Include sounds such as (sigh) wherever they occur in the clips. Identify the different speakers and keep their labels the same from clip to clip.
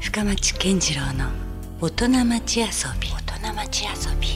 Speaker 1: 深町健次郎の大人町遊び大人町遊び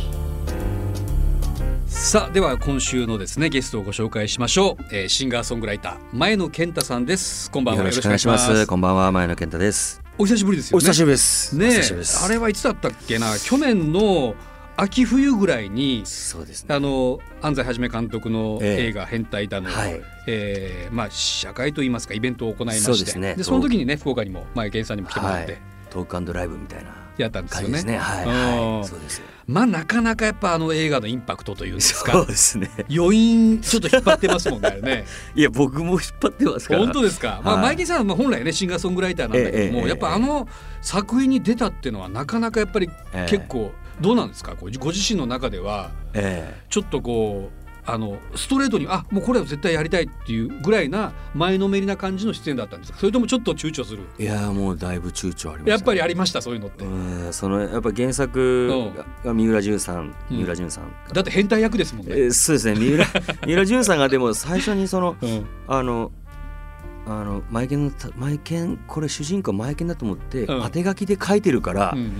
Speaker 2: さあでは今週のですねゲストをご紹介しましょう、えー、シンガーソングライター前野健太さんですこんばんは
Speaker 3: よろしくお願いしま
Speaker 2: よ
Speaker 3: す。
Speaker 2: ろくお願いし
Speaker 3: こんばんは、前野健太です。
Speaker 2: お久しぶりですよね
Speaker 3: ぶりです
Speaker 2: ね
Speaker 3: お
Speaker 2: え
Speaker 3: 久しぶりです。
Speaker 2: あれはいつだったっけな去年の秋冬ぐらいに
Speaker 3: そうですね。
Speaker 2: あの安西はじめ監督の
Speaker 3: ええ
Speaker 2: 映画「変態だの」
Speaker 3: はい
Speaker 2: えーまあ、社会といいますかイベントを行いまして
Speaker 3: そうですね
Speaker 2: その時にね福岡にも前健さんにも来てもら
Speaker 3: は
Speaker 2: っ
Speaker 3: い
Speaker 2: て。
Speaker 3: トークライブみたいな
Speaker 2: やったんです
Speaker 3: 感
Speaker 2: よ
Speaker 3: じ
Speaker 2: ね。
Speaker 3: ですね。はい、
Speaker 2: う
Speaker 3: は
Speaker 2: ん
Speaker 3: い。そうです。
Speaker 2: まあなかなかやっぱあの映画のインパクトというんです
Speaker 3: そ
Speaker 2: か
Speaker 3: うですね。
Speaker 2: 余韻ちょっと引っ張ってますもんねあれね。
Speaker 3: いや、僕も引っ張ってますから。
Speaker 2: 本当ですか、まあ、
Speaker 3: はい
Speaker 2: マイケンさんは本来ねシンガーソングライターなんだけども、
Speaker 3: ええええ
Speaker 2: やっぱあの作品に出たっていうのはなかなかやっぱり
Speaker 3: ええ
Speaker 2: 結構どうなんですか、こうご自身の中では
Speaker 3: え
Speaker 2: ちょっとこうあのストレートにあもうこれは絶対やりたいっていうぐらいな前のめりな感じの出演だったんですかそれともちょっと躊躇する
Speaker 3: えいや、もうだいぶ躊躇ありました、
Speaker 2: やっぱりあ
Speaker 3: り。
Speaker 2: りましたそういうのって、
Speaker 3: うん、そのやっぱ原作が三浦淳さん、
Speaker 2: うん
Speaker 3: 三浦淳さん。
Speaker 2: だって変態役ですもん
Speaker 3: え
Speaker 2: ね。
Speaker 3: ーそうですね。三浦三浦淳さんがでも最初にその
Speaker 2: うん
Speaker 3: あの。あのマイケンのたマイケンこれ主人公マイケンだと思って、
Speaker 2: うん
Speaker 3: 当て書きで書いてるから、
Speaker 2: うんうん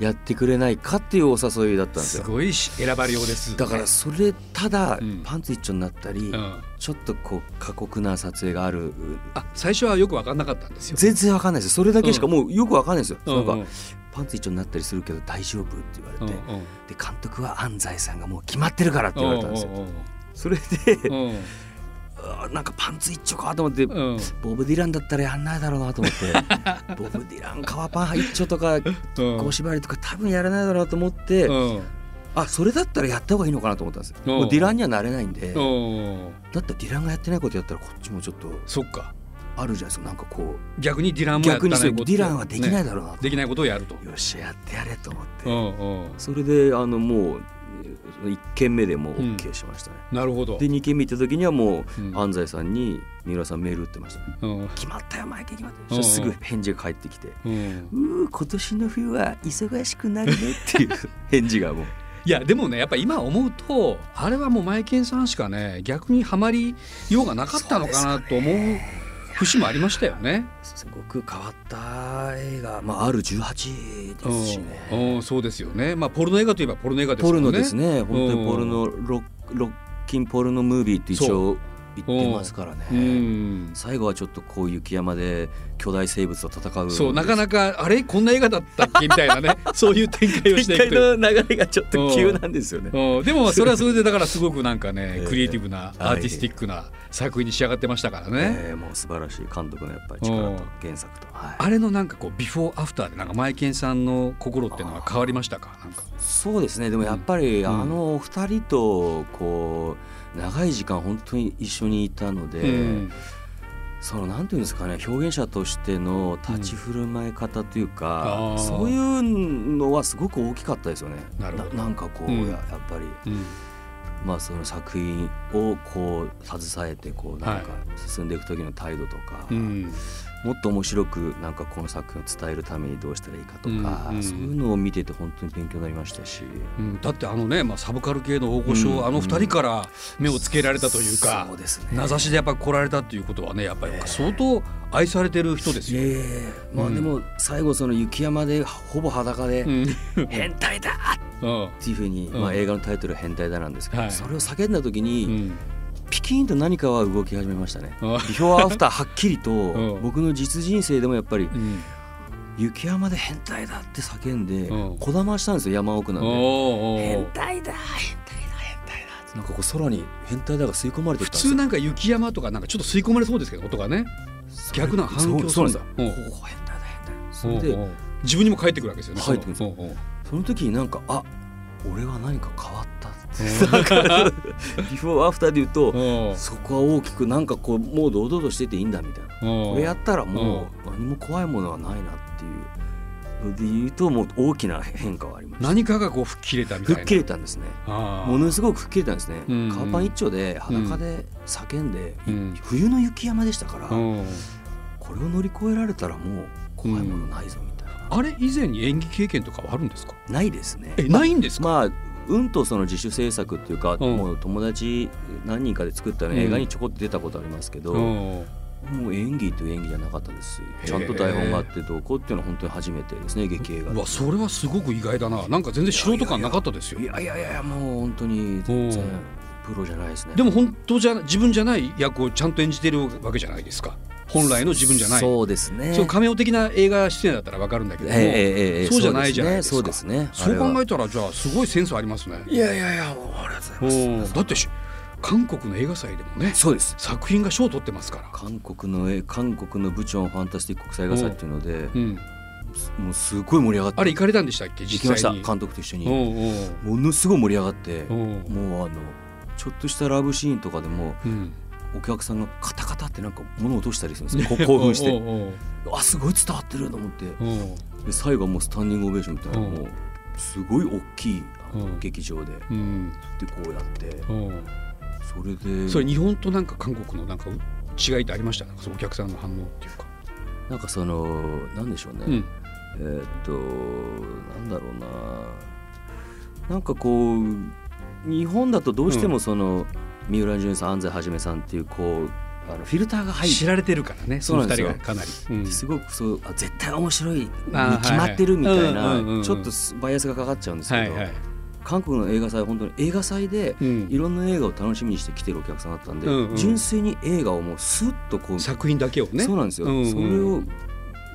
Speaker 3: やってくれないかっていうお誘いだったんです
Speaker 2: す
Speaker 3: よ
Speaker 2: ごいし選ばれようです。
Speaker 3: だからそれただ
Speaker 2: うん
Speaker 3: パンツ一丁になったり、
Speaker 2: うん、
Speaker 3: ちょっとこう過酷な撮影がある
Speaker 2: あ最初はよく分かんなかったんですよ。
Speaker 3: 全然わかんないですそれだけしか
Speaker 2: うん
Speaker 3: もうよくわかんないですよ、
Speaker 2: う
Speaker 3: なんんかパンツ一丁になったりするけど大丈夫って言われて、
Speaker 2: うんうん
Speaker 3: で監督は安西さんがもう決まってるからって言われたんですよ、
Speaker 2: うんうんうん
Speaker 3: それで、あーなんかパンツ一丁かと思って、
Speaker 2: うん
Speaker 3: ボブ・ディランだったらやんないだろうなと思って
Speaker 2: (laughs)
Speaker 3: ボブ・ディラン革パン一丁とか
Speaker 2: うん
Speaker 3: 小縛りとか多分やらないだろうなと思って、
Speaker 2: うん
Speaker 3: あそれだったらやった方がいいのかなと思ったんですよ。
Speaker 2: うん
Speaker 3: もうディランにはなれないんで、
Speaker 2: うん
Speaker 3: だったらディランがやってないことやったらこっちもちょっと
Speaker 2: そっか
Speaker 3: あるじゃないですかなんかこ
Speaker 2: 逆にディラ
Speaker 3: う
Speaker 2: ンもやった
Speaker 3: 逆
Speaker 2: ら
Speaker 3: にそうディランはできない
Speaker 2: ね
Speaker 3: だろうなと、
Speaker 2: できないことをやると。
Speaker 3: よっしゃやってやれと思って、
Speaker 2: うんうん
Speaker 3: それであのもう1軒目でもう OK しましたね。
Speaker 2: なるほど
Speaker 3: で。2軒目行った時にはもう、
Speaker 2: うん
Speaker 3: 安西さんに三浦さんメール打ってました、ね
Speaker 2: うん
Speaker 3: 決まったよマイケル決まった
Speaker 2: うんう
Speaker 3: よ
Speaker 2: ん
Speaker 3: すぐ返事が返ってきて「
Speaker 2: うん
Speaker 3: うー今年の冬は忙しくなるね」っていう返
Speaker 2: (laughs)
Speaker 3: 事がもう
Speaker 2: いやでもねやっぱ今思うとあれはもうマイケンさんしかね逆にはまりようがなかったのかなと思う節もありましたよね。
Speaker 3: すごく変わった映画、まあ、R18 ですしね。
Speaker 2: うんうんそうですよね。まあポルノ映画といえばポルノ映画です
Speaker 3: ポ
Speaker 2: も
Speaker 3: ル
Speaker 2: んね。
Speaker 3: ノですね、本当
Speaker 2: うん
Speaker 3: にポルノロックロッキンポルノムービーって一応言ってますからね、
Speaker 2: うん。
Speaker 3: 最後はちょっとこう雪山で巨大生物と戦う
Speaker 2: そうなかなかあれこんな映画だったっけみたいな
Speaker 3: (laughs)
Speaker 2: ねそういう展開をして
Speaker 3: 展
Speaker 2: いく
Speaker 3: 開
Speaker 2: という
Speaker 3: の流れがちょっと急なんですよね、
Speaker 2: うんでもまあそれはそれでだからすごくなんかね
Speaker 3: (laughs) ええ
Speaker 2: クリエイティブなアーティスティックな作品に仕上がってましたからね。
Speaker 3: えーもう素晴らしい監督のやっぱり力と原作と、はい
Speaker 2: あれのなんかこうビフォーアフターでなんかマイケンさんの心っていうのは変わりましたかなんか。
Speaker 3: そうですねでもやっぱり、
Speaker 2: うん
Speaker 3: あのお二人とこう長い時間本当に一緒にいたので、
Speaker 2: うん
Speaker 3: そのなんていうんですかね表現者としての立ち振る舞い方というか、
Speaker 2: あー
Speaker 3: そういうのはすごく大きかったですよね。
Speaker 2: なるほど
Speaker 3: んかこ
Speaker 2: う
Speaker 3: う、
Speaker 2: ん
Speaker 3: ややっぱり、
Speaker 2: うん
Speaker 3: まあ、その作品をこう携えてこう
Speaker 2: はい
Speaker 3: なんか進んでいく時の態度とか、
Speaker 2: うん
Speaker 3: もっと面白くなんかこの作品を伝えるためにどうしたらいいかとか、
Speaker 2: うんうん
Speaker 3: そういうのを見てて本当に勉強になりましたし。
Speaker 2: うんだってあのね、まあ、サブカル系の大御所、
Speaker 3: うん
Speaker 2: あの二人から目をつけられたというか
Speaker 3: そうですね
Speaker 2: 名指しでやっぱ来られたっていうことはねやっぱり相当愛されてる人です
Speaker 3: いや
Speaker 2: よ。
Speaker 3: いやいやまあでも最後その雪山でほぼ裸で
Speaker 2: うん
Speaker 3: 「変態だ!」
Speaker 2: うん
Speaker 3: っていうふうに、
Speaker 2: うん
Speaker 3: まあ、映画のタイトル「変態だ」なんですけど、
Speaker 2: はい
Speaker 3: それを叫んだ時
Speaker 2: う
Speaker 3: に、
Speaker 2: ん
Speaker 3: ピキーンと何かは動き始めましたね。
Speaker 2: あ
Speaker 3: ビフォーアフターはっきりと、
Speaker 2: うん
Speaker 3: 僕の実人生でもやっぱり
Speaker 2: うん
Speaker 3: 雪山で変態だって叫んで、
Speaker 2: うん
Speaker 3: こだましたんですよ山奥なんで。
Speaker 2: おーお
Speaker 3: 変
Speaker 2: ー
Speaker 3: 態だ変態だ変態だなんかこう空に変態だが吸い込まれてっ
Speaker 2: 普
Speaker 3: たんですよ
Speaker 2: 通なんか雪山とかなんかちょっと吸い込まれそうですけど音がね
Speaker 3: それ
Speaker 2: 逆な反響
Speaker 3: そう
Speaker 2: す
Speaker 3: そ
Speaker 2: る
Speaker 3: うん
Speaker 2: だ
Speaker 3: なんですよ。おお変態だ変態だそれ
Speaker 2: おうお
Speaker 3: で
Speaker 2: う自分にも返ってくるわけですよね。
Speaker 3: 返ってくるんです
Speaker 2: そうおうおう
Speaker 3: その時になんかあ俺は何か変わったって
Speaker 2: うん
Speaker 3: なんかビフォーアフターで言うと、
Speaker 2: おう
Speaker 3: そこは大きくなんかこうもう堂々としてていいんだみたいな
Speaker 2: おう
Speaker 3: これやったらもう何も怖いものはないなっていうので言うともう大きな変化はありました
Speaker 2: 何かがこう吹っ切れたみたいな。
Speaker 3: 吹っ切れたんですね
Speaker 2: あー
Speaker 3: ものすごく吹っ切れたんですね
Speaker 2: うん
Speaker 3: 革パン一丁で裸で叫んで
Speaker 2: うん
Speaker 3: 冬の雪山でしたから
Speaker 2: うん
Speaker 3: これを乗り越えられたらもう怖いものないぞみたいな
Speaker 2: あれ以前に演技経験とかはあるんですか。
Speaker 3: ないですね
Speaker 2: えないんですか。
Speaker 3: まあうんとその自主制作っていうか
Speaker 2: うん
Speaker 3: もう友達何人かで作った映画にちょこっと出たことありますけど
Speaker 2: うん
Speaker 3: もう演技という演技じゃなかったですし
Speaker 2: へえ
Speaker 3: ちゃんと台本があってどうこうっていうのは本当に初めてですね劇映画
Speaker 2: うわそれはすごく意外だななんか全然素人感なかったですよ
Speaker 3: いやいやいやもう本当に全
Speaker 2: う
Speaker 3: 然
Speaker 2: ん
Speaker 3: プロじゃないですね
Speaker 2: でも本当じゃ自分じゃない役をちゃんと演じてるわけじゃないですか本来の自分じゃない
Speaker 3: そうですね
Speaker 2: そう仮面的な映画出演だったらわかるんだけ
Speaker 3: え
Speaker 2: ど
Speaker 3: え
Speaker 2: も、
Speaker 3: ええええ
Speaker 2: そうじゃないじゃないですか
Speaker 3: そうですね
Speaker 2: そう考
Speaker 3: え
Speaker 2: えたらじゃあすごいセンスありますね
Speaker 3: いやいやいやもうありがとうございます
Speaker 2: だってし韓国の映画祭でもね
Speaker 3: そうです
Speaker 2: 作品が賞を取ってますから、
Speaker 3: 韓国のえ韓国のブチョンファンタスティック国際映画祭っていうので
Speaker 2: うん、
Speaker 3: もうすごい盛り上がって
Speaker 2: あれ行かれたんでしたっけ
Speaker 3: 行
Speaker 2: 実
Speaker 3: き
Speaker 2: 際
Speaker 3: ました
Speaker 2: に
Speaker 3: 監督と一緒に
Speaker 2: う
Speaker 3: ものすごい盛り上がって
Speaker 2: んうんうん
Speaker 3: もうあのちょっとしたラブシーンとかでも
Speaker 2: うん
Speaker 3: お客さんがカタカタってなんか物を落としたりするんですよこう興奮し
Speaker 2: お
Speaker 3: て
Speaker 2: うおう
Speaker 3: あすごい伝わってると思って
Speaker 2: おう
Speaker 3: で最後はもうスタンディングオベーションみたいな
Speaker 2: うん
Speaker 3: もうすごい大きいあの
Speaker 2: うん
Speaker 3: 劇場でで
Speaker 2: うん
Speaker 3: こうやって
Speaker 2: うん
Speaker 3: それで
Speaker 2: それ日本となんか韓国のなんか違いってありましたなんかそのお客さんの反応っていうか、
Speaker 3: なんかそのなんでしょうね、
Speaker 2: うん
Speaker 3: えーっとなんだろうななんかこう日本だとどうしてもその、三浦淳さん安西はじめさんっていうこうあのフィルターが入
Speaker 2: 知
Speaker 3: っ
Speaker 2: られてるからねそ
Speaker 3: そう
Speaker 2: の
Speaker 3: な
Speaker 2: 二
Speaker 3: んで
Speaker 2: 人
Speaker 3: すよ
Speaker 2: がかなり、うん
Speaker 3: てすごくそうあ絶対面白いに決
Speaker 2: あー
Speaker 3: まってるみたい
Speaker 2: はいはいうんうんうん
Speaker 3: なちょっとすバイアスがかかっちゃうんです
Speaker 2: は
Speaker 3: け
Speaker 2: い
Speaker 3: ど、
Speaker 2: はい、
Speaker 3: 韓国の映画祭は本当に映画祭で
Speaker 2: うん
Speaker 3: いろんな映画を楽しみにして来てるお客さんだったんで、
Speaker 2: うんうん
Speaker 3: 純粋に映画をもうスッとこう、
Speaker 2: 作品だけをね
Speaker 3: そうなんですよ、
Speaker 2: うんうん
Speaker 3: それを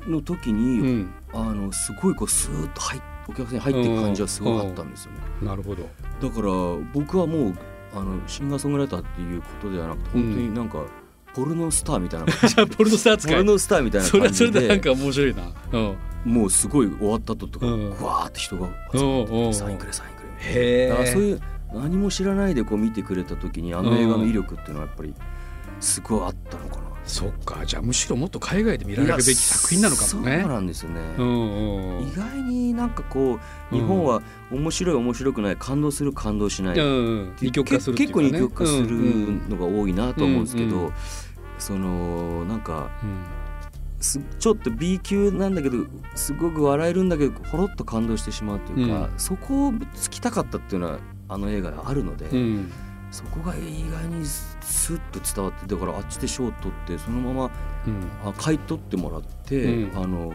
Speaker 3: の時に、
Speaker 2: うん
Speaker 3: あのすごいこうスーッと入っお客さんに入っていく感じはすごいあったんですよね、
Speaker 2: なるほど
Speaker 3: だから僕はもうあのシンガーソングライターっていうことではなくて
Speaker 2: うん
Speaker 3: 本当になんか、ポルノスターみたい
Speaker 2: (laughs)
Speaker 3: な感じ
Speaker 2: ポルノスター
Speaker 3: ポルノスターみたいな
Speaker 2: それ
Speaker 3: 感
Speaker 2: はそれ
Speaker 3: じで
Speaker 2: でなんか面白いなうん
Speaker 3: もうすごい終わった後とか、
Speaker 2: うん
Speaker 3: ぐわーって人が集まってき
Speaker 2: お
Speaker 3: て
Speaker 2: う
Speaker 3: サインくれサインくれ
Speaker 2: へ
Speaker 3: だからそう
Speaker 2: え
Speaker 3: いう何も知らないでこう見てくれた時にあの映画の威力っていうのはやっぱりすごいあったのかな。
Speaker 2: そっかじゃあむしろもっと海外で見られるべき作品なのかも
Speaker 3: いや
Speaker 2: ね
Speaker 3: そうなんですよね。
Speaker 2: うんうん
Speaker 3: 意外になんかこう日本は面白い面白くない感動する感動しない、
Speaker 2: うん二極化するっていう
Speaker 3: 結
Speaker 2: か
Speaker 3: 構
Speaker 2: ね
Speaker 3: 二極化するのが多いなと思うんですけど、
Speaker 2: うんうん
Speaker 3: そのなんか
Speaker 2: うん
Speaker 3: すちょっと B 級なんだけどすごく笑えるんだけどほろっと感動してしまうというか、
Speaker 2: う
Speaker 3: そこをつきたかったっていうのはあの映画があるので。
Speaker 2: うんうん
Speaker 3: そこが意外にスッと伝わってだからあっちで賞を取ってそのまま
Speaker 2: うん
Speaker 3: あ買い取ってもらって、
Speaker 2: うん
Speaker 3: あの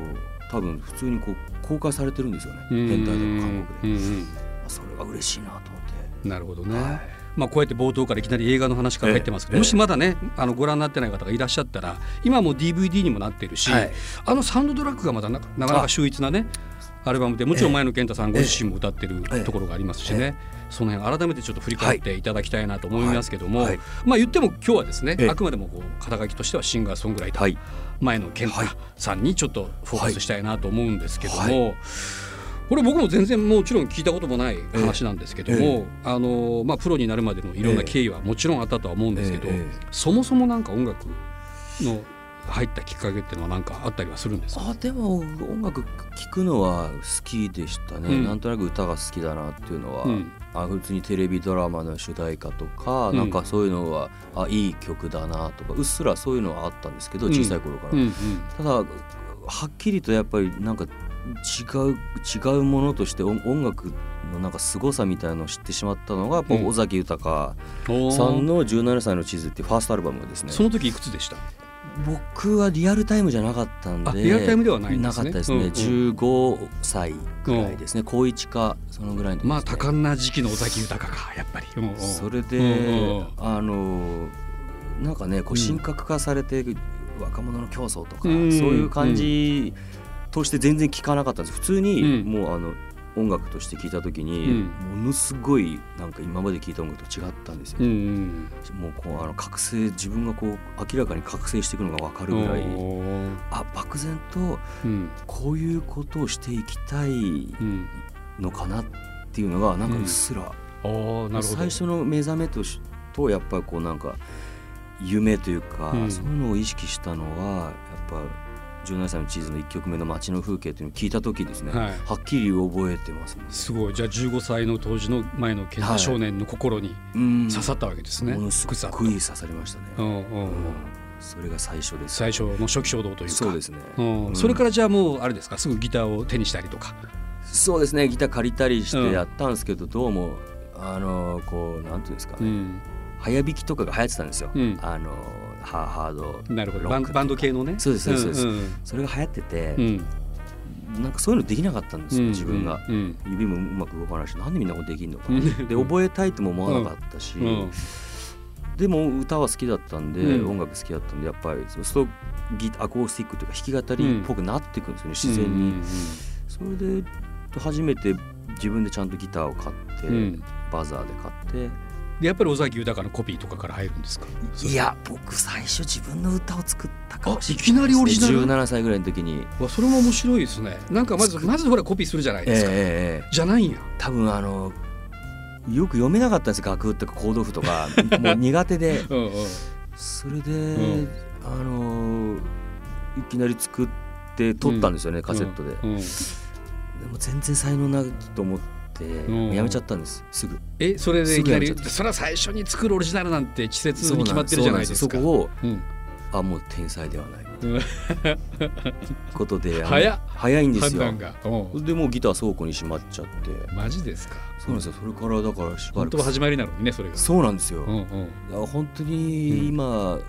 Speaker 3: 多分普通にこう公開されてるんですよね
Speaker 2: うん
Speaker 3: 変態でも韓国で、
Speaker 2: うん
Speaker 3: あそれが嬉しいなと思って。
Speaker 2: うんなるほどね、
Speaker 3: はい
Speaker 2: まあ、こうやって冒頭からいきなり映画の話から入ってますけど、
Speaker 3: ええ
Speaker 2: もしまだねあのご覧になってない方がいらっしゃったら今もう DVD にもなってるし、
Speaker 3: はい
Speaker 2: あのサウンドドラッグがまたなかなかなか秀逸なねアルバムでもちろん前野健太さんご自身も歌ってる
Speaker 3: ええ
Speaker 2: ところがありますしね、その辺改めてちょっと振り返っていただきたいなと思いますけども、
Speaker 3: はいはい
Speaker 2: まあ言っても今日はですね、
Speaker 3: ええ
Speaker 2: あくまでもこう肩書きとしてはシンガーソングライター、
Speaker 3: はい
Speaker 2: 前野健太さんにちょっとフォーカスしたいなと思うんですけども、
Speaker 3: はい
Speaker 2: これ僕も全然もちろん聞いたこともない話なんですけども、
Speaker 3: え
Speaker 2: あのまあ、プロになるまでのいろんな経緯はもちろんあったとは思うんですけど、
Speaker 3: ええええ
Speaker 2: そもそもなんか音楽の入ったきっかけっていうのは何かあったりはするんですか
Speaker 3: あでも音楽聴くのは好きでしたね、
Speaker 2: うん
Speaker 3: なんとなく歌が好きだなっていうのは、
Speaker 2: うん
Speaker 3: あ普通にテレビドラマの主題歌とか、
Speaker 2: うん
Speaker 3: なんかそういうのはあいい曲だなとかうっすらそういうのはあったんですけど
Speaker 2: うん
Speaker 3: 小さい頃から、
Speaker 2: うんうん
Speaker 3: ただはっきりとやっぱりなんか違う違うものとして音音楽のなんか凄さみたいなのを知ってしまったのがやっぱ
Speaker 2: うん
Speaker 3: 尾崎豊
Speaker 2: おー
Speaker 3: さんの「17歳の地図」っていうファーストアルバムですね、
Speaker 2: その時いくつでした
Speaker 3: 僕はリアルタイムじゃなかったんで
Speaker 2: あリアルタイムではないんで
Speaker 3: な
Speaker 2: す
Speaker 3: か
Speaker 2: ね
Speaker 3: ったですね、
Speaker 2: うんうん
Speaker 3: 15歳ぐらいですね、高1かそのぐらいの時です、ね、
Speaker 2: まあ多感な時期の尾崎豊かやっぱり。うんうん
Speaker 3: それで、
Speaker 2: うんうん
Speaker 3: あのなんかねこ
Speaker 2: うん
Speaker 3: う神格化されて、若者の競争とか、
Speaker 2: うん
Speaker 3: そういう感じとして全然聞かなかったんです普通に、
Speaker 2: うん
Speaker 3: もうあの音楽として聞いた時に、ものすごいなんか今まで聞いた音楽と違ったんですよ、
Speaker 2: うんうん
Speaker 3: もうこうあの覚醒自分がこう明らかに覚醒していくのが分かるぐらい、
Speaker 2: おー
Speaker 3: あ漠然と
Speaker 2: うん
Speaker 3: こういうことをしていきたい
Speaker 2: うん
Speaker 3: のかなっていうのがなんかうっすら、
Speaker 2: あーなるほど
Speaker 3: 最初の目覚めとしとやっぱりこうなんか夢というか、
Speaker 2: うん
Speaker 3: そういうのを意識したのはやっぱ17歳の地図の1曲目の街の風景っていうのを聞いた時ですね、は
Speaker 2: はい
Speaker 3: っきり覚えてますね
Speaker 2: すごいじゃあ15歳の当時の前の健太少年の心に
Speaker 3: うん
Speaker 2: 刺さったわけですね。
Speaker 3: ものす
Speaker 2: ぐさっと
Speaker 3: ごい刺されましたね、
Speaker 2: うんうんうん
Speaker 3: うんそれが最初です
Speaker 2: 最初の初期衝動というか
Speaker 3: そうですね、
Speaker 2: うん
Speaker 3: うん
Speaker 2: それからじゃあもうあれですかすぐギターを手にしたりとか、
Speaker 3: そうですねギター借りたりし
Speaker 2: うん
Speaker 3: てやったんですけど、どうもあのこうなんていうんですかね、
Speaker 2: うん
Speaker 3: 早弾きとかが流行ってたんですよ、
Speaker 2: うん
Speaker 3: あのハハード
Speaker 2: なるほど
Speaker 3: ロ
Speaker 2: バ
Speaker 3: ッ
Speaker 2: ン
Speaker 3: ク
Speaker 2: バンド系のね
Speaker 3: そうですそうです
Speaker 2: ん
Speaker 3: それが流行ってて、
Speaker 2: うんうん
Speaker 3: なんかそういうのできなかったんですよ、
Speaker 2: うん
Speaker 3: 自分が。
Speaker 2: うん
Speaker 3: 指もうまく動かないしなんでみんなこれできんのかな
Speaker 2: うん
Speaker 3: で覚えたいとも思わなかったし、
Speaker 2: うん
Speaker 3: でも歌は好きだったんで、
Speaker 2: うん
Speaker 3: 音楽好きだったんでやっぱりそうするとギアコースティックというか弾き語りっぽくなっていくんですよね、自然に、それで初めて自分でちゃんとギターを買って、
Speaker 2: うんうん
Speaker 3: バザーで買って、
Speaker 2: でやっぱり尾崎豊のコピーとかから入るんですか
Speaker 3: いや僕最初自分の歌を作ったかもしれ
Speaker 2: あ
Speaker 3: ない
Speaker 2: いきなりオリジナル
Speaker 3: ですね17歳ぐらいの時に、
Speaker 2: わそれも面白いですねなんかまずまずほらコピーするじゃない
Speaker 3: ええ
Speaker 2: ですか、
Speaker 3: ええ
Speaker 2: じゃないんや
Speaker 3: 多分あのよく読めなかったんですよ楽譜とかコード譜
Speaker 2: (laughs)
Speaker 3: とかもう苦手で
Speaker 2: うんうん
Speaker 3: それで、
Speaker 2: ん
Speaker 3: あのいきなり作って撮ったんですよね、カセットで、
Speaker 2: うん
Speaker 3: でも全然才能ないと思って
Speaker 2: ん
Speaker 3: やめちゃったんですすぐ
Speaker 2: えそれです
Speaker 3: ぐ
Speaker 2: いきなり
Speaker 3: やめちゃった
Speaker 2: それは最初に作るオリジナルなんて稚拙に決まってるじゃないですか
Speaker 3: そうなんですよそ
Speaker 2: う
Speaker 3: こ
Speaker 2: ん
Speaker 3: をあもう天才ではない
Speaker 2: うん
Speaker 3: ことであの
Speaker 2: 早っ
Speaker 3: 早いんです
Speaker 2: 判
Speaker 3: よ
Speaker 2: 断がうん
Speaker 3: でもうギター倉庫にしまっちゃって
Speaker 2: マジですか
Speaker 3: そうなんですよそれからだからしば
Speaker 2: 本
Speaker 3: ら
Speaker 2: 当は
Speaker 3: く
Speaker 2: 始まりなのにねそれが
Speaker 3: そうなんですよ、
Speaker 2: うん
Speaker 3: いや本当に今、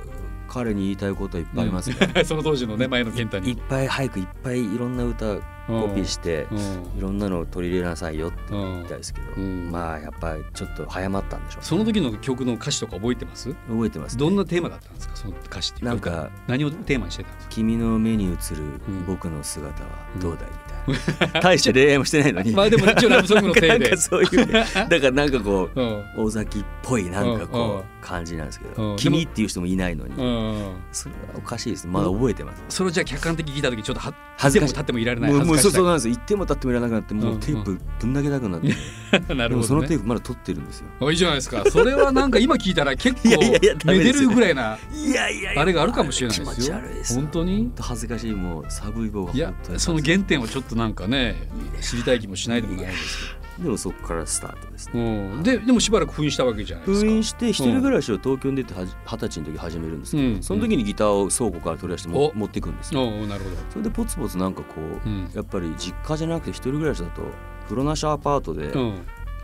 Speaker 3: 彼に言いたいことはいっぱいありますね、
Speaker 2: うん、 (laughs) その当時のね前の健太
Speaker 3: いっ
Speaker 2: に
Speaker 3: ぱい早くいっぱいいろんな歌コピーして
Speaker 2: う、
Speaker 3: いろんなのを取り入れなさいよって
Speaker 2: んう
Speaker 3: 言
Speaker 2: ん
Speaker 3: ったんですけど、
Speaker 2: うん
Speaker 3: まあやっぱりちょっと早まったんでしょう
Speaker 2: その時の曲の歌詞とか覚えてます
Speaker 3: 覚えてます
Speaker 2: どんなテーマだったんですかその歌詞っていう
Speaker 3: なんか
Speaker 2: 何をテーマにしてたんですか
Speaker 3: 君の目に映る
Speaker 2: ん
Speaker 3: 僕の姿はどうだいみた
Speaker 2: (laughs)
Speaker 3: いな、大して恋愛もしてないのに
Speaker 2: まあでも一応ラブソングのせい
Speaker 3: (laughs) な
Speaker 2: で
Speaker 3: んかそうい
Speaker 2: (laughs)
Speaker 3: うだからなんかこう
Speaker 2: うん
Speaker 3: 大崎っぽいなんか
Speaker 2: うんう
Speaker 3: こ
Speaker 2: ん
Speaker 3: う感じなんですけ
Speaker 2: うん
Speaker 3: ど君っていう人もいないのに
Speaker 2: うん
Speaker 3: それはおかしいですまだ覚えてます
Speaker 2: それをじゃあ客観的に聞いた時ちょっとは
Speaker 3: 恥
Speaker 2: いても
Speaker 3: ずかしい
Speaker 2: 立ってもいられない
Speaker 3: もう
Speaker 2: 恥
Speaker 3: もうそ
Speaker 2: ず
Speaker 3: うそう
Speaker 2: か
Speaker 3: なんですよ行っても立ってもいらなくなってもうテープぶん投げたくなって、
Speaker 2: しさ (laughs) な
Speaker 3: で
Speaker 2: るほ
Speaker 3: もそ
Speaker 2: ど
Speaker 3: のテ
Speaker 2: ね
Speaker 3: ープまだ取ってるんですよ
Speaker 2: あいいじゃないですかそれはなんか今聞いたら結構
Speaker 3: いやいやいやダ
Speaker 2: め
Speaker 3: メ
Speaker 2: で
Speaker 3: です
Speaker 2: る
Speaker 3: よ
Speaker 2: ぐらいない
Speaker 3: やいや
Speaker 2: あれがあるかもしれないですよ
Speaker 3: あれ気持ち悪いです
Speaker 2: 本当に
Speaker 3: 恥ずかしいもう寒い棒が
Speaker 2: いや
Speaker 3: 本当に
Speaker 2: その原点をちょっとなんかね知りたい気もしないでもないです
Speaker 3: でもそこからスタートです
Speaker 2: けど、
Speaker 3: ね
Speaker 2: うん、ででもしばらく封印したわけじゃないです
Speaker 3: 封
Speaker 2: か
Speaker 3: 印して一人暮らしを東京に出てはじ二十歳の時始めるんですけど、
Speaker 2: うん
Speaker 3: その時にギターを倉庫から取り出しても
Speaker 2: お
Speaker 3: 持っていくんですよ
Speaker 2: おうなるほど
Speaker 3: それでポツポツなんかこう、
Speaker 2: うん
Speaker 3: やっぱり実家じゃなくて一人暮らしだと風呂なしアパートで
Speaker 2: うん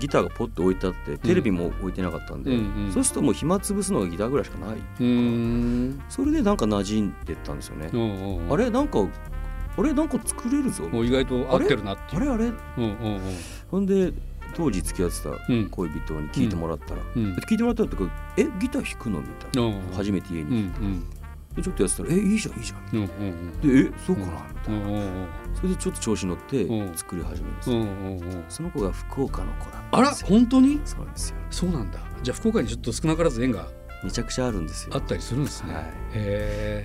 Speaker 3: ギターがポッと置いてあってテレビも置いてなかったんで、
Speaker 2: うんうん
Speaker 3: そうするともう暇つぶすのがギターぐらいしかない、
Speaker 2: うーん
Speaker 3: それでなんか馴染んでったんですよね、
Speaker 2: おうおう
Speaker 3: あれなんかあれなんか作れるぞ
Speaker 2: もう意外と合ってるなってい
Speaker 3: あ
Speaker 2: う
Speaker 3: れあれ
Speaker 2: うんうんうん
Speaker 3: ほんで当時付き合ってた
Speaker 2: うん
Speaker 3: 恋人に聞いてもらったら、
Speaker 2: うん
Speaker 3: 聞いてもらったらってか「えギター弾くの?」みたいな、
Speaker 2: うんうん
Speaker 3: 初めて家
Speaker 2: うんう
Speaker 3: に、
Speaker 2: ん
Speaker 3: でちょっとやってたら「えいいじゃんいいじゃん
Speaker 2: うんうん」
Speaker 3: で「えそうかな?」みた
Speaker 2: う
Speaker 3: い
Speaker 2: んうんうん
Speaker 3: なそれでちょっと調子乗って
Speaker 2: うん
Speaker 3: 作り始めるんです
Speaker 2: うんう
Speaker 3: よ、
Speaker 2: んうんうん
Speaker 3: その子が福岡の子だった
Speaker 2: あ
Speaker 3: ん
Speaker 2: ら
Speaker 3: ですよ
Speaker 2: 本当に
Speaker 3: そうなんですよ
Speaker 2: そうなんだじゃあ福岡にちょっと少なからず縁が
Speaker 3: めちゃくちゃあるんですよ
Speaker 2: あったりするんですね、
Speaker 3: はい
Speaker 2: へ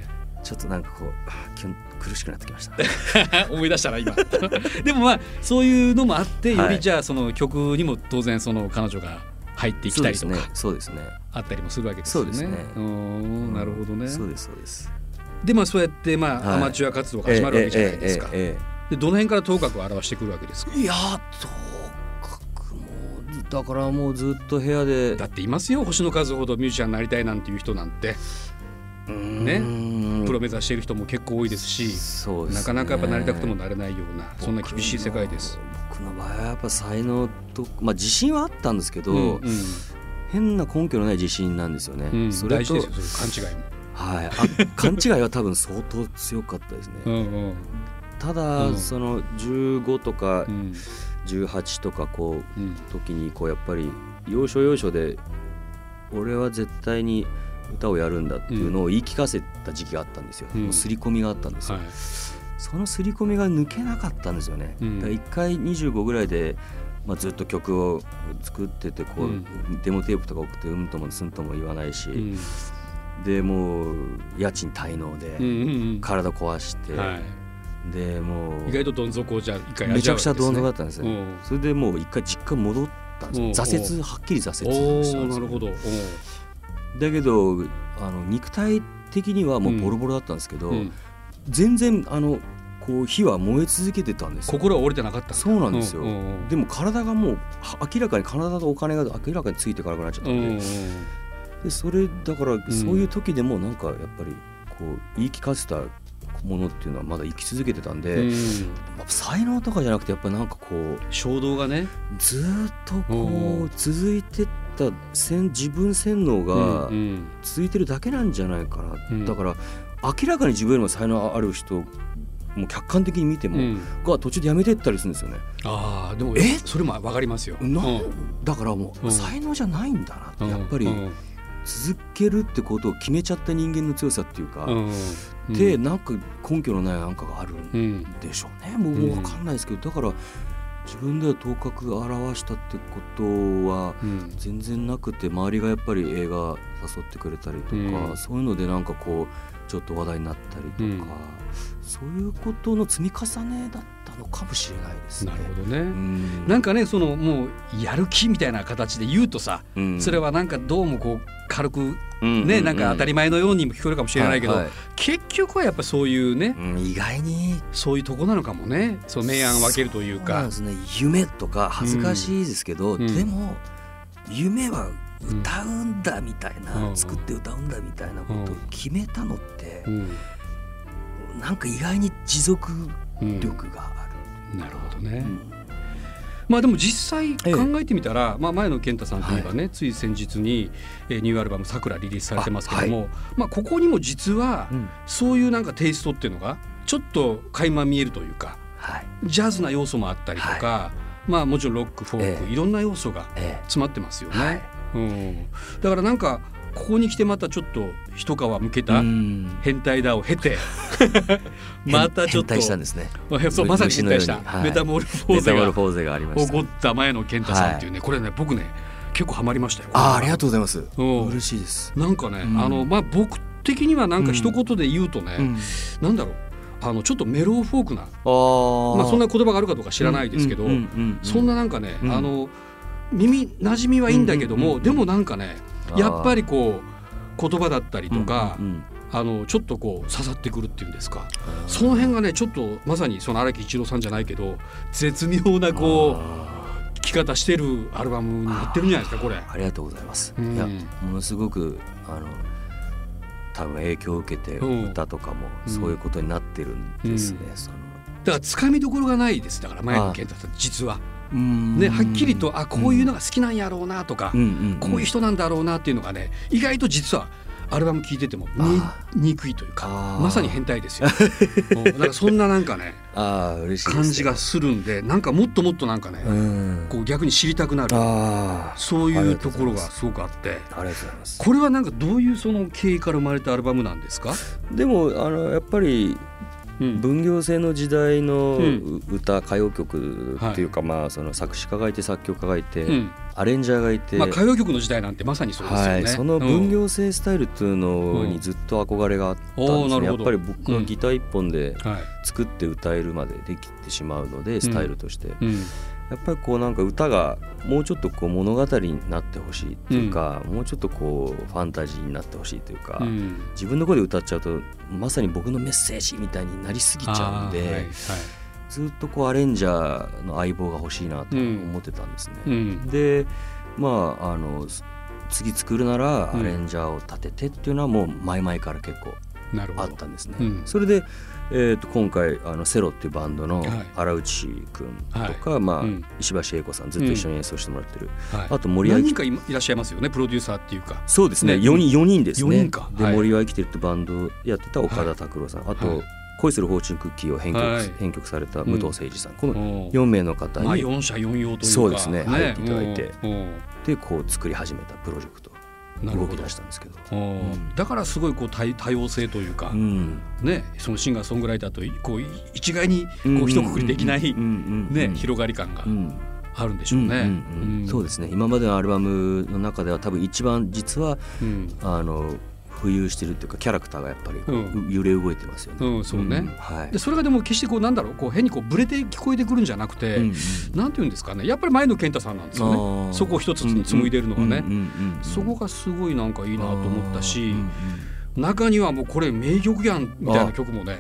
Speaker 2: え
Speaker 3: ちょっとなんかこうあーキュン苦しくなってきました
Speaker 2: (laughs) 思い出したな今 (laughs) でもまあそういうのもあってよ
Speaker 3: は
Speaker 2: り
Speaker 3: い
Speaker 2: じゃあその曲にも当然その彼女が入ってき
Speaker 3: そう
Speaker 2: た
Speaker 3: で
Speaker 2: り
Speaker 3: す
Speaker 2: と
Speaker 3: ね
Speaker 2: か
Speaker 3: そうですね
Speaker 2: あったりもするわけですよね。
Speaker 3: そうですね
Speaker 2: うーんなるほどね。
Speaker 3: そうですそうです
Speaker 2: でまあそうやってまあ、
Speaker 3: はい
Speaker 2: アマチュア活動が始まるわけじゃないですか。
Speaker 3: ええええええええ
Speaker 2: でどの辺から頭角を表してくるわけですか。
Speaker 3: いやーとかくもうだからもうずっと部屋で
Speaker 2: だっていますよ星の数ほどミュージシャンになりたいなんていう人なんてね
Speaker 3: ね
Speaker 2: プロ目指している人も結構多いですし、
Speaker 3: そうですね
Speaker 2: なかなかやっぱなりたくてもなれないようなそんな厳しい世界です。
Speaker 3: 僕の僕の場合はやっぱ才能とまあ自信はあったんですけど、
Speaker 2: うんうん
Speaker 3: 変な根拠のない自信なんですよね、
Speaker 2: うん、
Speaker 3: そ
Speaker 2: 大
Speaker 3: れ
Speaker 2: 事
Speaker 3: と
Speaker 2: ですよそういう勘違いも。
Speaker 3: はいあ勘違いは多分相当強かったですね、
Speaker 2: うんうん
Speaker 3: ただ、
Speaker 2: うん
Speaker 3: その15とか
Speaker 2: うん
Speaker 3: 18とかこう
Speaker 2: うん
Speaker 3: 時にこうやっぱり要所要所で俺は絶対に歌をやるんだっていうのを言い聞かせた時期があったんですよ、
Speaker 2: うん
Speaker 3: もう刷り込みがあったんですよ、
Speaker 2: はい
Speaker 3: その刷り込みが抜けなかったんですよね、
Speaker 2: うん
Speaker 3: だから1回25ぐらいで、まあ、ずっと曲を作っててこう、
Speaker 2: うん
Speaker 3: デモテープとか送ってうんともすんとも言わないし、
Speaker 2: うん
Speaker 3: でもう家賃滞納で、
Speaker 2: うんうん
Speaker 3: 体壊して、
Speaker 2: うんは
Speaker 3: でも
Speaker 2: い、意
Speaker 3: う
Speaker 2: 外とどん底をじゃあ一回
Speaker 3: めちゃくちゃどん底だ
Speaker 2: っ
Speaker 3: ったんです
Speaker 2: た
Speaker 3: ね、それでもう一回実家戻ったんですよ
Speaker 2: うん
Speaker 3: 挫折はっきり挫折
Speaker 2: お
Speaker 3: した
Speaker 2: お
Speaker 3: んで
Speaker 2: な
Speaker 3: すよ
Speaker 2: るほど。おー
Speaker 3: だけどあの肉体的にはもうボロボロだったんですけど、
Speaker 2: うん
Speaker 3: 全然あのこう火は燃え続けてたんですよ
Speaker 2: 心は折れてなかったんだ
Speaker 3: そうなんですよ、
Speaker 2: うんうんうん
Speaker 3: でも体がもうは明らかに体とお金が明らかについていかなくなっちゃった
Speaker 2: うん
Speaker 3: で,、
Speaker 2: んうん
Speaker 3: でそれだから
Speaker 2: ん
Speaker 3: そういう時でもなんかやっぱりこう言い聞かせたものっていうのはまだ生き続けてたんで、
Speaker 2: うん
Speaker 3: まあ才能とかじゃなくてやっぱりなんかこう
Speaker 2: 衝動がね
Speaker 3: ずーっとこ
Speaker 2: お
Speaker 3: う続いてっだからせん自分洗脳が
Speaker 2: うん
Speaker 3: 続いてるだけなんじゃないかな、
Speaker 2: うん
Speaker 3: だから明らかに自分よりも才能ある人もう客観的に見て
Speaker 2: う
Speaker 3: も、
Speaker 2: ん、
Speaker 3: が途中でやめてったりするんですよね。
Speaker 2: ああでも
Speaker 3: え
Speaker 2: それもわかりますよ。
Speaker 3: な
Speaker 2: うん
Speaker 3: だからもう、
Speaker 2: うん
Speaker 3: 才能じゃないんだなって、
Speaker 2: うん
Speaker 3: やっぱり
Speaker 2: うん
Speaker 3: 続けるってことを決めちゃった人間の強さっていうか、
Speaker 2: うん
Speaker 3: でなんか根拠のないなんかがある
Speaker 2: うんん
Speaker 3: でしょうね、もう
Speaker 2: うん
Speaker 3: もう分かんないですけどだから自分では頭角を表したってことは
Speaker 2: うん
Speaker 3: 全然なくて周りがやっぱり映画誘ってくれたりとか、
Speaker 2: うん
Speaker 3: そういうのでなんかこうちょっと話題になったりとか、
Speaker 2: うん
Speaker 3: そういうことの積み重ねだったのかもしれないですね。
Speaker 2: なるほどね。
Speaker 3: うん
Speaker 2: なんかねそのもうやる気みたいな形で言うとさ、
Speaker 3: うん
Speaker 2: それはなんかどうもこう軽く
Speaker 3: ううう
Speaker 2: ね、なんか当たり前のようにも聞こえるかもしれないけど、
Speaker 3: はは
Speaker 2: 結局はやっぱそういうね
Speaker 3: うん意外に
Speaker 2: そういうとこなのかもねその明暗を分けるという
Speaker 3: そうなん
Speaker 2: か
Speaker 3: ですね夢とか恥ずかしいですけど、
Speaker 2: うん
Speaker 3: でも夢は歌うんだみたいな、
Speaker 2: うん
Speaker 3: 作って歌うんだみたいなことを決めたのって
Speaker 2: う、ん
Speaker 3: なんか意外に持続
Speaker 2: うん
Speaker 3: 力がある。
Speaker 2: なるほどね、
Speaker 3: うん
Speaker 2: まあでも実際
Speaker 3: ええ
Speaker 2: 考えてみたら、まあ、前野健太さんといえばね、つい先日に、えーニューアルバム「さくら」リリースされてますけどもまあ、ここにも実は
Speaker 3: うん
Speaker 2: そういうなんかテイストっていうのがちょっと垣間見えるというか
Speaker 3: はい
Speaker 2: ジャズな要素もあったりとか、まあ、もちろんロックフォーク、
Speaker 3: ええ
Speaker 2: いろんな要素が
Speaker 3: え
Speaker 2: 詰まってますよ
Speaker 3: え
Speaker 2: ね。
Speaker 3: はい
Speaker 2: うん、だからなんかここに来てまたちょっと一皮むけた
Speaker 3: うん
Speaker 2: 変態だを経
Speaker 3: (laughs)
Speaker 2: てまたちょっと
Speaker 3: 変態したんですね。
Speaker 2: そうまさに変態した、
Speaker 3: 虫のようにはい
Speaker 2: メタモルフォー
Speaker 3: メ
Speaker 2: ゼ
Speaker 3: タモル
Speaker 2: が
Speaker 3: フォーゼがありま
Speaker 2: 起
Speaker 3: した。
Speaker 2: こった前の健太さんっていうね、これね僕ね結構ハマりましたよ。
Speaker 3: あーありがとうございます。
Speaker 2: うん
Speaker 3: 嬉しいです。
Speaker 2: なんかね、
Speaker 3: うん
Speaker 2: あのまあ僕的にはなんか一言で言うとね、
Speaker 3: うん
Speaker 2: なんだろうあのちょっとメローフォークな
Speaker 3: あー
Speaker 2: まあそんな言葉があるかどうか知らないですけど、
Speaker 3: うんうんうんうん
Speaker 2: そんななんかね、
Speaker 3: うん
Speaker 2: あの耳馴染みはいいんだけども、
Speaker 3: うんうんうんうん
Speaker 2: でもなんかねやっぱりこう言葉だったりとか、
Speaker 3: うんうんうん
Speaker 2: あのちょっとこう刺さってくるっていうんですかその辺がねちょっとまさにその荒木一郎さんじゃないけど絶妙なこ
Speaker 3: あ
Speaker 2: う聴き方してるアルバムになってるんじゃないですかこれ。
Speaker 3: ーありがとうございます。
Speaker 2: うん
Speaker 3: いやものすごくあの多分影響を受けて
Speaker 2: うん
Speaker 3: 歌とかもそういうことになってるんですね。
Speaker 2: うん
Speaker 3: その
Speaker 2: だからつかみどころがないですだから前の健太さん実は。ね
Speaker 3: ね
Speaker 2: はっきりとあこういうのが好きなんやろうなとか、こういう人なんだろうなっていうのがね意外と実はアルバム聴いてても見
Speaker 3: あ
Speaker 2: えにくいというか
Speaker 3: あー
Speaker 2: まさに変態です
Speaker 3: (laughs)
Speaker 2: よ。うんだからそんななんかね
Speaker 3: ああ嬉しいですね
Speaker 2: 感じがするんでなんかもっともっとなんかね、
Speaker 3: うん
Speaker 2: こう逆に知りたくなる
Speaker 3: ああ
Speaker 2: そういうところがすごくあって
Speaker 3: ありがとうございます。
Speaker 2: これはなんかどういうその経緯から生まれたアルバムなんですか、
Speaker 3: でもあのやっぱり
Speaker 2: うん
Speaker 3: 分業制の時代の
Speaker 2: うん
Speaker 3: う歌歌謡曲っていうかまあその作詞家がいて作曲家がいうて
Speaker 2: ん
Speaker 3: アレンジャーがいて
Speaker 2: まあ、歌謡曲の時代なんてまさにそうですよね。
Speaker 3: はい、その分業制スタイルっていうの
Speaker 2: うん
Speaker 3: にずっと憧れがあったんです
Speaker 2: おーな
Speaker 3: ね、
Speaker 2: る
Speaker 3: や
Speaker 2: ほ
Speaker 3: っ
Speaker 2: ど
Speaker 3: ぱり僕はギター一本で
Speaker 2: うんはい
Speaker 3: 作って歌えるまでできてしまうのでスタイルとして、
Speaker 2: うん
Speaker 3: やっぱりこうなんか歌がもうちょっとこう物語になってほしいっていうか、もうちょっとこうファンタジーになってほしいというか、
Speaker 2: うん
Speaker 3: 自分の声で歌っちゃうとまさに僕のメッセージみたいになりすぎちゃうんで、
Speaker 2: あーはいはい
Speaker 3: ずっとこうアレンジャーの相棒が欲しいなと思ってたんですね。
Speaker 2: うん
Speaker 3: でまああのす次作るなら
Speaker 2: うん
Speaker 3: アレンジャーを立ててっていうのはもう前々から結構
Speaker 2: なる
Speaker 3: あ
Speaker 2: ほ
Speaker 3: っ
Speaker 2: ど
Speaker 3: たんですね。
Speaker 2: うん
Speaker 3: それで、えー、と今回あのセロっていうバンドの
Speaker 2: はい
Speaker 3: 原内君とか、まあ
Speaker 2: うん
Speaker 3: 石橋英子さんずっと一緒に演奏してもらってる、
Speaker 2: はい
Speaker 3: あと森
Speaker 2: 何
Speaker 3: 脇
Speaker 2: 人かいいらっしゃいますよねプロデューサーっていうか
Speaker 3: そうですね
Speaker 2: ね
Speaker 3: 4人四人ですね
Speaker 2: 四人か
Speaker 3: で、
Speaker 2: はい
Speaker 3: 森は生きてるってバンドやってた岡田拓郎さん、あと、
Speaker 2: はい
Speaker 3: 恋するフォーチュンクッキー」を編曲,、
Speaker 2: はい
Speaker 3: 編曲された武藤誠二さん、この
Speaker 2: おー
Speaker 3: 4名の方
Speaker 2: まあ
Speaker 3: に
Speaker 2: 四者四様というか
Speaker 3: そうですね入っていただいて
Speaker 2: おー
Speaker 3: でこう作り始めたプロジェクト
Speaker 2: おーなる
Speaker 3: 動
Speaker 2: ほ
Speaker 3: き
Speaker 2: ど
Speaker 3: 出したんですけど。
Speaker 2: おー
Speaker 3: うん
Speaker 2: だからすごいこう多多様性というか、
Speaker 3: うん
Speaker 2: ねそのシンガーソングライターといこうい一概にこう一括りできない、ね広がり感が
Speaker 3: うん
Speaker 2: あるんでしょうね。
Speaker 3: うんうんうんそう
Speaker 2: で
Speaker 3: ですね今までのアルバムの中では多分一番実は
Speaker 2: す、うん
Speaker 3: あの浮遊してるっていうかキャラクターがやっぱり
Speaker 2: うん
Speaker 3: う揺れ動いてますよね。
Speaker 2: うんそうね
Speaker 3: んはい
Speaker 2: でそれがでも決してこうなんだろうこう変にこうブレて聞こえてくるんじゃなくて、
Speaker 3: うん
Speaker 2: なんていうんですかねやっぱり前野健太さんなんですよ
Speaker 3: あー
Speaker 2: ねそこを一つに紡いでるのがね、
Speaker 3: うんうんうんうん
Speaker 2: そこがすごいなんかいい
Speaker 3: い
Speaker 2: なと思ったし、
Speaker 3: うんうん
Speaker 2: 中にはもうこれ名曲やんみたいな曲もね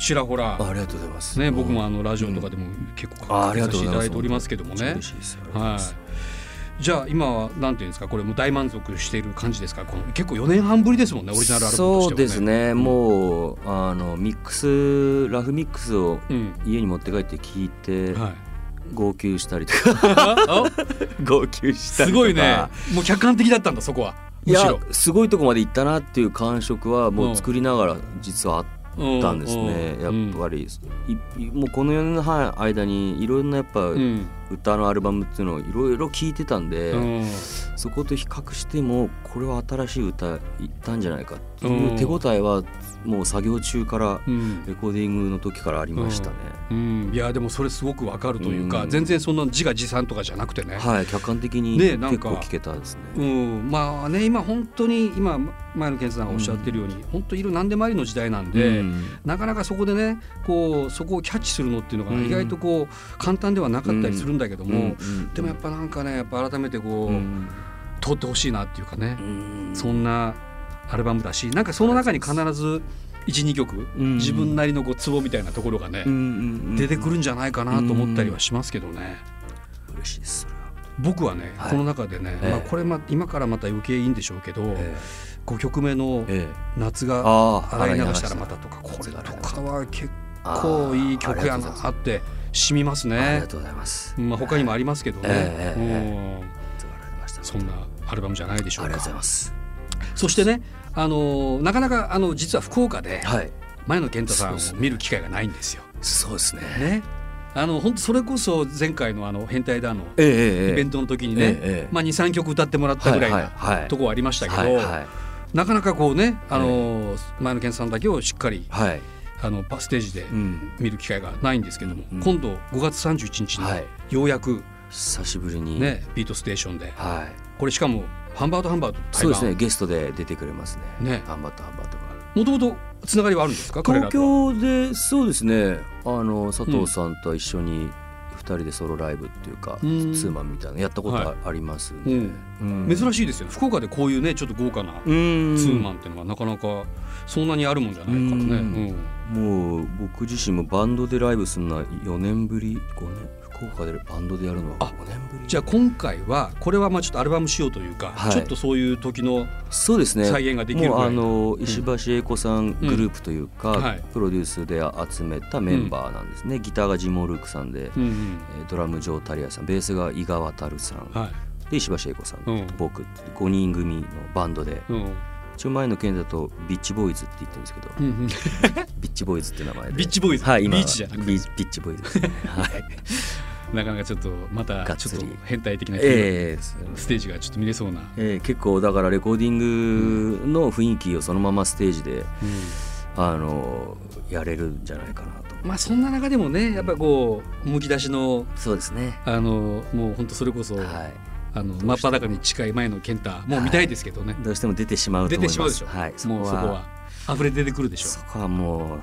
Speaker 2: ちらほら
Speaker 3: あ、ありがとうございます。
Speaker 2: ね、
Speaker 3: うん
Speaker 2: 僕もあのラジオとかでも結構
Speaker 3: あ
Speaker 2: か
Speaker 3: あ
Speaker 2: け
Speaker 3: り
Speaker 2: さ
Speaker 3: が
Speaker 2: せ
Speaker 3: と
Speaker 2: てい
Speaker 3: うご
Speaker 2: た
Speaker 3: ざいま
Speaker 2: だ
Speaker 3: す
Speaker 2: いておりますけどもね
Speaker 3: 嬉。しいです。ありがとうござい
Speaker 2: は
Speaker 3: ます
Speaker 2: い。じゃあ今はなんていうんですかこれもう大満足している感じですかこの結構4年半ぶりですもんねオリジナルアルバムとしては、ね、
Speaker 3: そうですね。もうあのミックスラフミックスを
Speaker 2: うん
Speaker 3: 家に持って帰って聞いて、
Speaker 2: はい
Speaker 3: 号泣したりとか (laughs)
Speaker 2: あ
Speaker 3: 号泣した
Speaker 2: す
Speaker 3: りとか
Speaker 2: ご (laughs) いねもう客観的だったんだそこはいむし
Speaker 3: や
Speaker 2: ろ
Speaker 3: すごいとこまで行ったなっていう感触はも
Speaker 2: うん
Speaker 3: う作りながら実はあったんですね、やっ
Speaker 2: り
Speaker 3: ぱり、いいもうこの4年の半間にいろんなやっぱ
Speaker 2: うん
Speaker 3: 歌のアルバムっていうのをいろいろ聞いてたんで、
Speaker 2: うん
Speaker 3: そこと比較してもこれは新しい歌いったんじゃないかっていう手応えはもう作業中から
Speaker 2: うん
Speaker 3: レコーディングの時からありましたね、
Speaker 2: うんいやでもそれすごくわかるというか、
Speaker 3: うん
Speaker 2: 全然そんな自画自賛とかじゃなくてね、
Speaker 3: はい客観的に
Speaker 2: ね
Speaker 3: 結
Speaker 2: なんか
Speaker 3: 構聞けたですね
Speaker 2: うん、まあね今本当に今前野健さんがおっしゃってるように、本当いろ何でもありの時代なんで、
Speaker 3: うん
Speaker 2: なかなかそこでねこうそこをキャッチするのっていうのが
Speaker 3: うん
Speaker 2: 意外とこう簡単ではなかったりするんだけども、
Speaker 3: うん
Speaker 2: でもやっぱなんかねやっぱ改めてこう、
Speaker 3: うん
Speaker 2: 通ってほしいなっていうかね、
Speaker 3: うん
Speaker 2: そんなアルバムだしなんかその中に必ず12曲、
Speaker 3: うん
Speaker 2: 自分なりのこうツボみたいなところがね、
Speaker 3: うんうんうん
Speaker 2: 出てくるんじゃないかなと思ったりはしますけどね。
Speaker 3: 嬉しいですそれは
Speaker 2: 僕はね、
Speaker 3: はい
Speaker 2: この中でね、
Speaker 3: ええ
Speaker 2: まあ、これま今からまた余計いいんでしょうけど、
Speaker 3: え
Speaker 2: 5曲目の
Speaker 3: えええ
Speaker 2: 「夏が
Speaker 3: ああ
Speaker 2: 洗い流したらまた」とかこれとかは結構いい曲やな
Speaker 3: あ
Speaker 2: ってしみます
Speaker 3: り
Speaker 2: ね
Speaker 3: が。とうございます
Speaker 2: まあ、他にもありますけどね、
Speaker 3: え
Speaker 2: う
Speaker 3: え
Speaker 2: ん
Speaker 3: ありがとうございます
Speaker 2: そんなアルバムじゃないでしょ
Speaker 3: あ
Speaker 2: う
Speaker 3: りがとう
Speaker 2: か
Speaker 3: ございます
Speaker 2: そしてね、あのーなかなかあの実は福岡で
Speaker 3: はい
Speaker 2: 前野健太さんを
Speaker 3: そうですね
Speaker 2: 見る機会がないんですよ。
Speaker 3: そうですね
Speaker 2: ね、あの本当それこそ前回のあの変態だの
Speaker 3: えええ
Speaker 2: イ
Speaker 3: え
Speaker 2: ベ
Speaker 3: ン
Speaker 2: ントの時に
Speaker 3: ト
Speaker 2: ね、
Speaker 3: ええ
Speaker 2: まあ、23曲歌ってもらったぐらい
Speaker 3: はい
Speaker 2: な
Speaker 3: はいはい
Speaker 2: とこはありましたけど、
Speaker 3: はいはい
Speaker 2: なかなかこうね、あの前野健さんだけをしっかり
Speaker 3: はい
Speaker 2: あのパステージで
Speaker 3: うん
Speaker 2: 見る機会がないんですけども、
Speaker 3: うん
Speaker 2: 今度5月31日に
Speaker 3: はい
Speaker 2: ようやく、
Speaker 3: 久しぶりに
Speaker 2: ねビートステーションで
Speaker 3: はい
Speaker 2: これしかもハンバートハンバート
Speaker 3: そ
Speaker 2: 対
Speaker 3: うです
Speaker 2: バ
Speaker 3: ね
Speaker 2: ン
Speaker 3: ゲストで出てくれますね
Speaker 2: ね
Speaker 3: ハンバートハンバートが
Speaker 2: もともとつながりはあるんですか彼ら
Speaker 3: 東
Speaker 2: とは
Speaker 3: 京でそうですねあの佐藤さんと一緒に2人でソロライブっていうか、
Speaker 2: うん
Speaker 3: ツーマンみたいなのやったことあありますね、
Speaker 2: うん珍しいですよね福岡でこういうねちょっと豪華な
Speaker 3: う
Speaker 2: ツ
Speaker 3: ん
Speaker 2: ーマンっていうのはなかなかそんなにあるもんじゃないからね、
Speaker 3: う
Speaker 2: う
Speaker 3: ん
Speaker 2: ん
Speaker 3: もう僕自身もバンドでライブするのは4年ぶり5年福岡でバンドでやるのは5年ぶり
Speaker 2: じゃあ今回はこれはまあちょっとアルバム仕様というか、
Speaker 3: はい
Speaker 2: ちょっとそういう時の
Speaker 3: そうですね
Speaker 2: 再現ができるぐ
Speaker 3: もう
Speaker 2: ら
Speaker 3: あ
Speaker 2: いの
Speaker 3: の石橋英子さんグループというか、
Speaker 2: うんはい
Speaker 3: プロデュースで集めたメンバーなんですね、ギターがジモルークさんで、
Speaker 2: うんうん
Speaker 3: えードラムジョー・タリアさんベースが伊賀渉さん、
Speaker 2: はい
Speaker 3: で石橋英子さんと
Speaker 2: うん
Speaker 3: 僕って5人組のバンドで
Speaker 2: うん
Speaker 3: 一応前の件だとビッチボーイズって言ってるんですけ
Speaker 2: うん
Speaker 3: ど
Speaker 2: (laughs) うん
Speaker 3: ビッチボーイズって名前で
Speaker 2: ビッチボーイズ、
Speaker 3: はい今
Speaker 2: ビーチじゃなくて
Speaker 3: ビビッチボーイ
Speaker 2: (laughs)
Speaker 3: ズですねはい
Speaker 2: なかなかちょっとまた
Speaker 3: がっ
Speaker 2: ち
Speaker 3: つ
Speaker 2: ょっ
Speaker 3: り
Speaker 2: と変態的な
Speaker 3: ええ
Speaker 2: ステージがちょっと見れそうな、
Speaker 3: えー結構だからレコーディングの雰囲気をそのままステージで、あのやれるんじゃないかなと
Speaker 2: まあそんな中でもねやっぱこうむき出しの
Speaker 3: そうですね
Speaker 2: あのもう本当それこそ、
Speaker 3: はい
Speaker 2: あの真っ裸に近い前の健太もう見たいですけどね、
Speaker 3: どうしても出てしまうと
Speaker 2: 出
Speaker 3: 思い
Speaker 2: て
Speaker 3: ます
Speaker 2: しまうでしょ、
Speaker 3: はい、
Speaker 2: もうそこは溢れ出てくるでし
Speaker 3: そこはもう
Speaker 2: ょ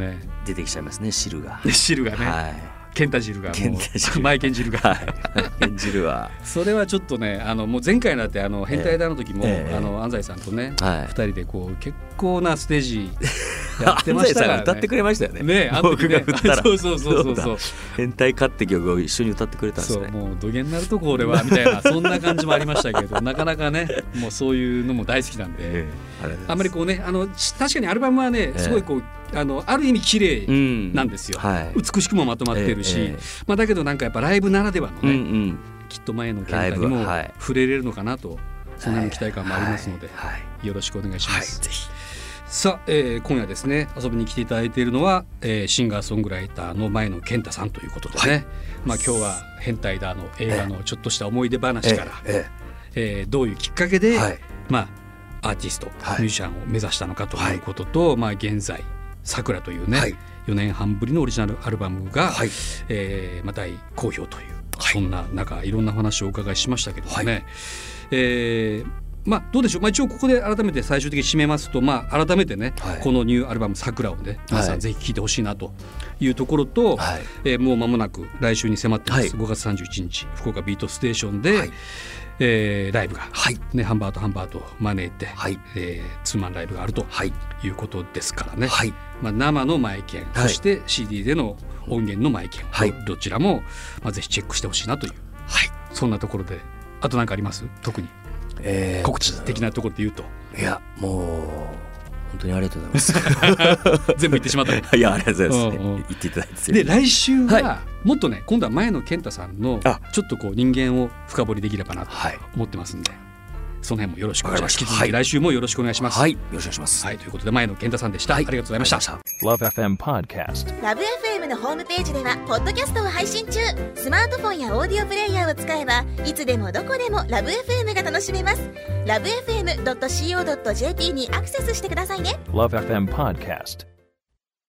Speaker 2: ね
Speaker 3: 出てきちゃいますね汁が、
Speaker 2: で汁がね、
Speaker 3: は
Speaker 2: 健太汁が
Speaker 3: 健
Speaker 2: も
Speaker 3: 太汁
Speaker 2: う (laughs) マイケン汁が、
Speaker 3: い (laughs) 演じるは
Speaker 2: それはちょっとねあのもう前回なんてあの変態だの時も、
Speaker 3: ええ
Speaker 2: あの安西さんとね、
Speaker 3: はい
Speaker 2: 二人でこう結構なステージやってましたから、ね、
Speaker 3: (laughs) 安西さんが歌ってくれましたよね。
Speaker 2: ねえあの時ね
Speaker 3: 僕が振ったら
Speaker 2: (laughs) 。そうそうそうそうそう
Speaker 3: だ変態かって曲を一緒に歌ってくれたんです
Speaker 2: そう
Speaker 3: ね。
Speaker 2: もう土下になるとこ俺はみたい
Speaker 3: (laughs)
Speaker 2: なそんな感じもありましたけどなかなかねもうそういうのも大好きなんで、
Speaker 3: ええれです
Speaker 2: あんまりこうねあのし確かにアルバムはね
Speaker 3: え
Speaker 2: すごいこう、あのある意味綺
Speaker 3: う
Speaker 2: 麗
Speaker 3: ん
Speaker 2: なんですよ、
Speaker 3: はい。
Speaker 2: 美しくもまとまってるし、
Speaker 3: ええええ
Speaker 2: まあ、だけどなんかやっぱライブならではの
Speaker 3: うん
Speaker 2: ね、
Speaker 3: うん。
Speaker 2: きっと前の健太に
Speaker 3: ライ
Speaker 2: も
Speaker 3: ブはい
Speaker 2: 触れれるのかなと、そんなに期待感もありますので、
Speaker 3: はい。はい
Speaker 2: よろしくお願いし
Speaker 3: は
Speaker 2: ま
Speaker 3: い
Speaker 2: す。
Speaker 3: ぜひ。
Speaker 2: さあ、えー今夜ですね遊びに来ていただいているのは、えーシンガーソングライターの前野健太さんということでね、まあ、今日は「変態だ」の映画のちょっとした思い出話から、え
Speaker 3: え
Speaker 2: ーどういうきっかけ
Speaker 3: え
Speaker 2: で、
Speaker 3: はい。
Speaker 2: まあ、アーティスト、
Speaker 3: はい
Speaker 2: ミュージシャンを目指したのかということと、まあ、現在「さくら」というね、
Speaker 3: はい
Speaker 2: 4年半ぶりのオリジナルアルバムが、
Speaker 3: はい。
Speaker 2: えーまあ、大好評という、そんな中いろんなお話をお伺いしましたけどもね、えーまあ、どうでしょう、まあ、一応ここで改めて最終的に締めますと、まあ、改めてね、
Speaker 3: はい
Speaker 2: このニューアルバム「さくら」をね皆さ
Speaker 3: は
Speaker 2: ん
Speaker 3: い
Speaker 2: ぜひ聴いてほしいなというところと、
Speaker 3: はい。
Speaker 2: えーもう間もなく来週に迫ってます、
Speaker 3: はい
Speaker 2: 5月31日福岡ビートステーションで、
Speaker 3: はい
Speaker 2: えーライブが、
Speaker 3: はい。
Speaker 2: ね、ハンバートハンバートを招いて、
Speaker 3: はい。
Speaker 2: えーツーマンライブがあると
Speaker 3: はい。
Speaker 2: いうことですからね。
Speaker 3: はい。
Speaker 2: まあ、生のマイケン、
Speaker 3: はい
Speaker 2: そして CD での音源のマイケン、
Speaker 3: はい
Speaker 2: どどちらも、まあ、ぜひチェックしてほしいなという、そんなところであと何かあります特に
Speaker 3: ええ
Speaker 2: 告知的なところで言うと
Speaker 3: いや、もう。本当にありが (laughs) とうございます。
Speaker 2: 全部言ってしまったね
Speaker 3: (laughs) いや、ありがとうございます。
Speaker 2: うんうん
Speaker 3: 言っていただいて。
Speaker 2: で来週は、
Speaker 3: は
Speaker 2: もっとね今度は前野健太さんの
Speaker 3: あ
Speaker 2: ちょっとこう人間を深掘りできればなと
Speaker 3: はい
Speaker 2: 思ってますんでその辺もよろしくお
Speaker 3: わ
Speaker 2: 願
Speaker 3: かり
Speaker 2: いし
Speaker 3: ま
Speaker 2: ます引き続
Speaker 3: した
Speaker 2: き
Speaker 3: は
Speaker 2: 来週もよろしくお願いします。
Speaker 3: はいよろしくお願いします、
Speaker 2: はいということで前野健太さんでした、
Speaker 3: はい
Speaker 2: ありがとうございました。
Speaker 4: love FM podcast.
Speaker 5: ラブ f m のホームページではポッドキャストを配信中スマートフォンやオーディオプレイヤーを使えばいつでもどこでもラブ f m が楽しめますラブ FM.co.jp にアクセスしてくださいね
Speaker 4: Love FM podcast.